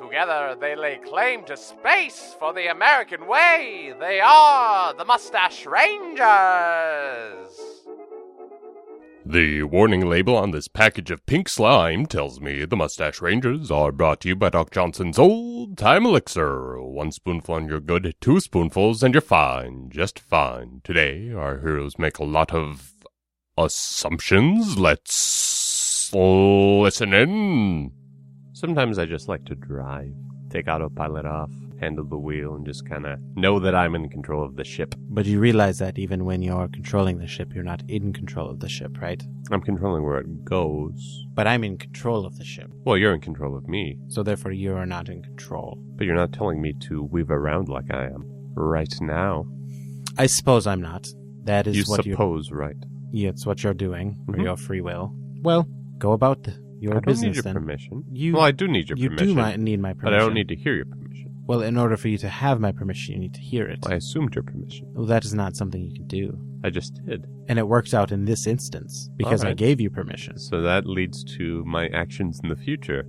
Together they lay claim to space for the American way. They are the Mustache Rangers. The warning label on this package of pink slime tells me the Mustache Rangers are brought to you by Doc Johnson's Old Time Elixir. One spoonful and you're good, two spoonfuls and you're fine, just fine. Today, our heroes make a lot of assumptions. Let's listen in. Sometimes I just like to drive, take autopilot off, handle the wheel, and just kind of know that I'm in control of the ship. But you realize that even when you're controlling the ship, you're not in control of the ship, right? I'm controlling where it goes. But I'm in control of the ship, Well, you're in control of me, so therefore you are not in control. but you're not telling me to weave around like I am right now. I suppose I'm not. That is you what you're, suppose, right? yeah, it's what you're doing for Mhm. your free will. Well, go about th- your I don't business need your then. permission. You- well, I do need your you permission. do mi- need my permission. But I don't need to hear your permission. Well, in order for you to have my permission, you need to hear it. I assumed your permission. Well, that is not something you can do. I just did. And it works out in this instance because I Alright. gave you permission. So that leads to my actions in the future.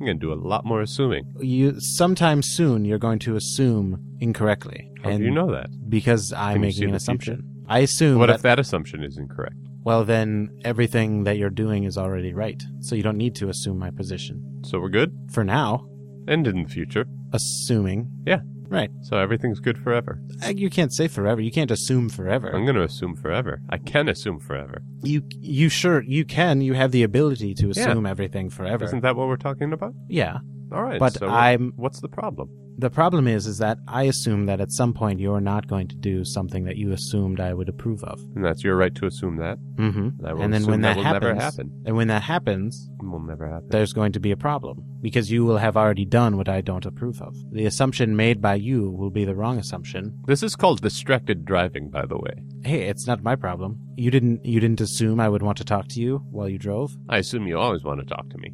I'm going to do a lot more assuming. You sometime soon you're going to assume incorrectly. How do you know that? Because I'm Can you see making an the assumption. I assume What that, if that assumption is incorrect? well then everything that you're doing is already right. So you don't need to assume my position. So we're good? For now, And in the future? assuming Yeah. Right. So everything's good forever. Uh, You can't say forever. You can't assume forever. I'm going to assume forever. I can assume forever. you you sure you can. You have the ability to Yeah. assume everything forever. Isn't that what we're talking about? yeah. All right. But so what- I'm- What's the problem? The problem is is that I assume that at some point you're not going to do something that you assumed I would approve of. And that's your right to assume that. Mm-hmm. I will and then assume when that that, will happens, never happen. and when that happens, It will never happen. there's going to be a problem because you will have already done what I don't approve of. The assumption made by you will be the wrong assumption. This is called distracted driving, by the way. Hey, it's not my problem. You didn't you didn't assume I would want to talk to you while you drove. I assume you always want to talk to me.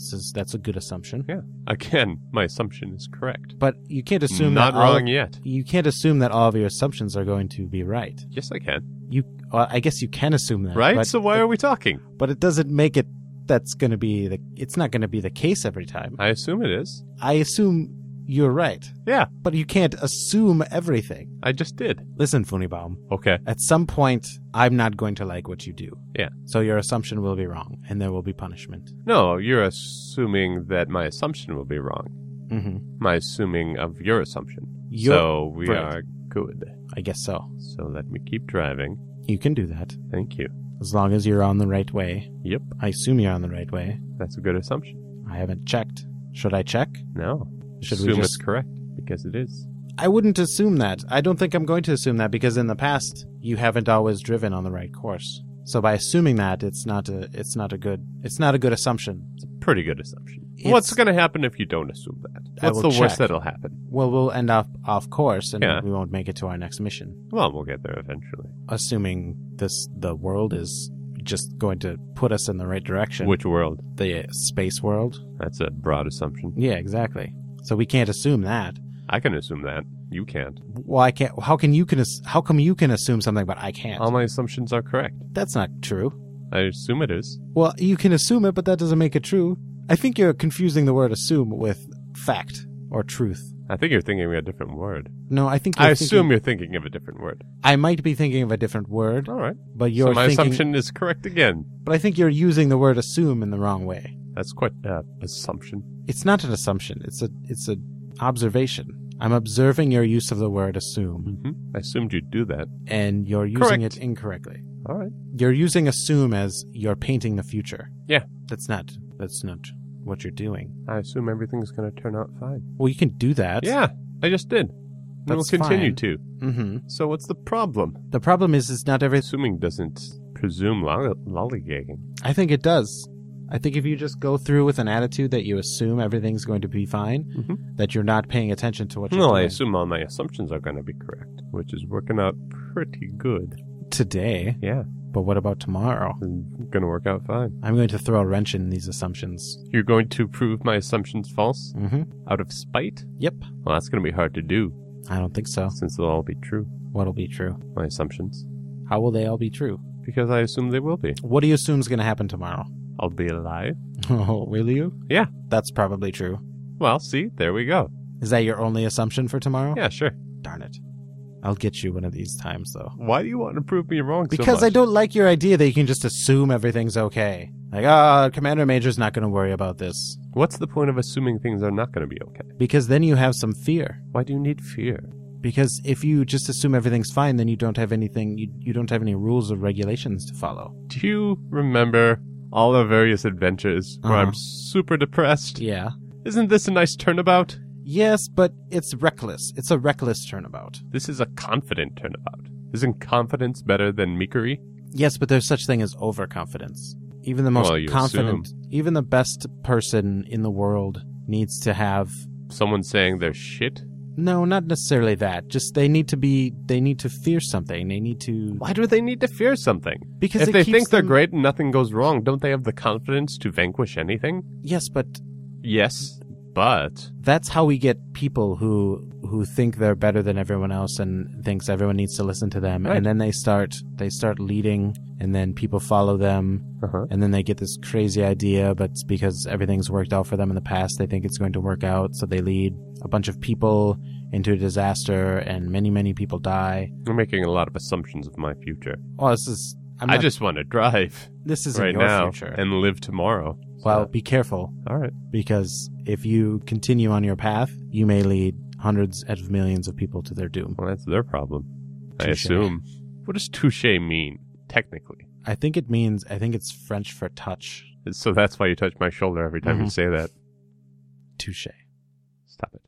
This is, that's a good assumption. Yeah. Again, my assumption is correct. But you can't assume Not that all- wrong yet. You can't assume that all of your assumptions are going to be right. Yes, I can. You, well, I guess you can assume that, Right? But, so why are we talking? but it doesn't make it. That's going to be the. It's not going to be the case every time. I assume it is. I assume you're right, Yeah, but you can't assume everything. I just did. Listen, Funibaum. Okay. At some point, I'm not going to like what you do. Yeah. So your assumption will be wrong, and there will be punishment. No, you're assuming that my assumption will be wrong. Mm-hmm. My assuming of your assumption. Your- so we right. are good. I guess so. So let me keep driving. You can do that. Thank you. As long as you're on the right way. Yep, I assume you're on the right way. that's a good assumption. I haven't checked. Should I check? No. Should assume we it's just. correct because it is. I wouldn't assume that. I don't think I'm going to assume that because in the past, you haven't always driven on the right course. So by assuming that, it's not a, it's not a good, it's not a good assumption. It's a pretty good assumption. It's- What's going to happen if you don't assume that? I What's the will worst check. that'll happen? Well, we'll end up off course, and Yeah. we won't make it to our next mission. Well, we'll get there eventually. assuming this the world is just going to put us in the right direction Which world? the space world That's a broad assumption. yeah exactly so we can't assume that I can assume that. You can't. well i can't how can you can ass- how come you can assume something but i can't All my assumptions are correct. that's not true I assume it is. well you can assume it but that doesn't make it true i think you're confusing the word assume with fact or truth I think you're thinking of a different word. no i think I you're assume thinking- you're thinking of a different word. i might be thinking of a different word All right. but so you're my thinking assumption is correct again. but i think you're using the word assume in the wrong way That's quite uh, assumption. It's not an assumption. It's a it's a observation. I'm observing your use of the word assume Mm-hmm. I assumed you'd do that. and you're using Correct. it incorrectly. All right. You're using assume as you're painting the future. Yeah. That's not that's not what you're doing. I assume everything's going to turn out fine. Well, you can do that. yeah, I just did. And we'll That's continue fine. to. Mhm. So what's the problem? The problem is is not everything Assuming doesn't presume lolly- lollygagging. I think it does. I think if you just go through with an attitude that you assume everything's going to be fine, that you're not paying attention to what you're Mm-hmm. No, I doing assume all my assumptions are going to be correct, which is working out pretty good. today, Yeah, but what about tomorrow? going to work out fine. I'm going to throw a wrench in these assumptions. You're going to prove my assumptions false Mm-hmm. out of spite? Yep. Well, that's going to be hard to do I don't think so. since they'll all be true, What'll be true? my assumptions, How will they all be true? because I assume they will be. What do you assume is going to happen tomorrow? I'll be alive. Oh, will you? Yeah. That's probably true. Well, see, there we go. Is that your only assumption for tomorrow? Yeah, sure. Darn it. I'll get you one of these times, though. Why do you want to prove me wrong so Because I much? don't like your idea that you can just assume everything's okay. Like, ah, Commander Major's not going to worry about this. What's the point of assuming things are not going to be okay? Because then you have some fear. Why do you need fear? Because if you just assume everything's fine, then you don't have anything, you, you don't have any rules or regulations to follow. Do you remember all our various adventures where Uh-huh. I'm super depressed? Yeah. Isn't this a nice turnabout? Yes, but it's reckless. It's a reckless turnabout. This is a confident turnabout. Isn't confidence better than meekery? Yes, but there's such thing as overconfidence. Even the most Well, you confident, even the best person in the world needs to have Someone saying they're shit? no, not necessarily that. Just they need to be they need to fear something. They need to Why do they need to fear something? because If it they keeps think they're them- great and nothing goes wrong, don't they have the confidence to vanquish anything? Yes, but Yes, but that's how we get people who who think they're better than everyone else and thinks everyone needs to listen to them Right. and then they start they start leading and then people follow them uh-huh. and then they get this crazy idea but it's because everything's worked out for them in the past they think it's going to work out so they lead a bunch of people into a disaster and many many people die you're making a lot of assumptions of my future. well this is I'm I not- just want to drive this isn't right your now future and live tomorrow. well So, be careful all right. because if you continue on your path you may lead hundreds of millions of people to their doom Well, that's their problem. I Touche. assume. What does touche mean, technically? i think it means i think it's french for touch So that's why you touch my shoulder every time you Mhm. say that. touche Stop it.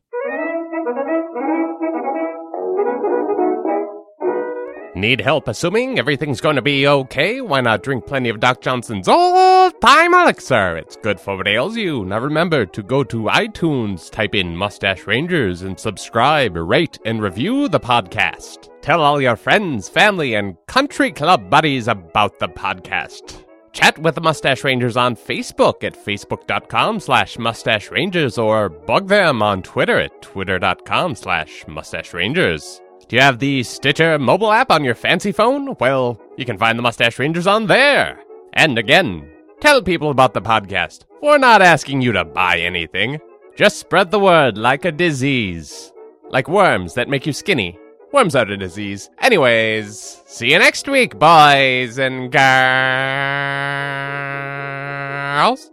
Need help assuming everything's going to be okay? Why not drink plenty of Doc Johnson's old time elixir? It's good for what ails you. Now remember to go to iTunes, type in Mustache Rangers, and subscribe, rate, and review the podcast. Tell all your friends, family, and country club buddies about the podcast. Chat with the Mustache Rangers on Facebook at facebook.com slash mustache rangers or bug them on Twitter at twitter.com slash mustache rangers. Do you have the Stitcher mobile app on your fancy phone? Well, you can find the Mustache Rangers on there. And again, tell people about the podcast. We're not asking you to buy anything. Just spread the word like a disease. Like worms that make you skinny. Worms are a disease. Anyways, see you next week, boys and girls.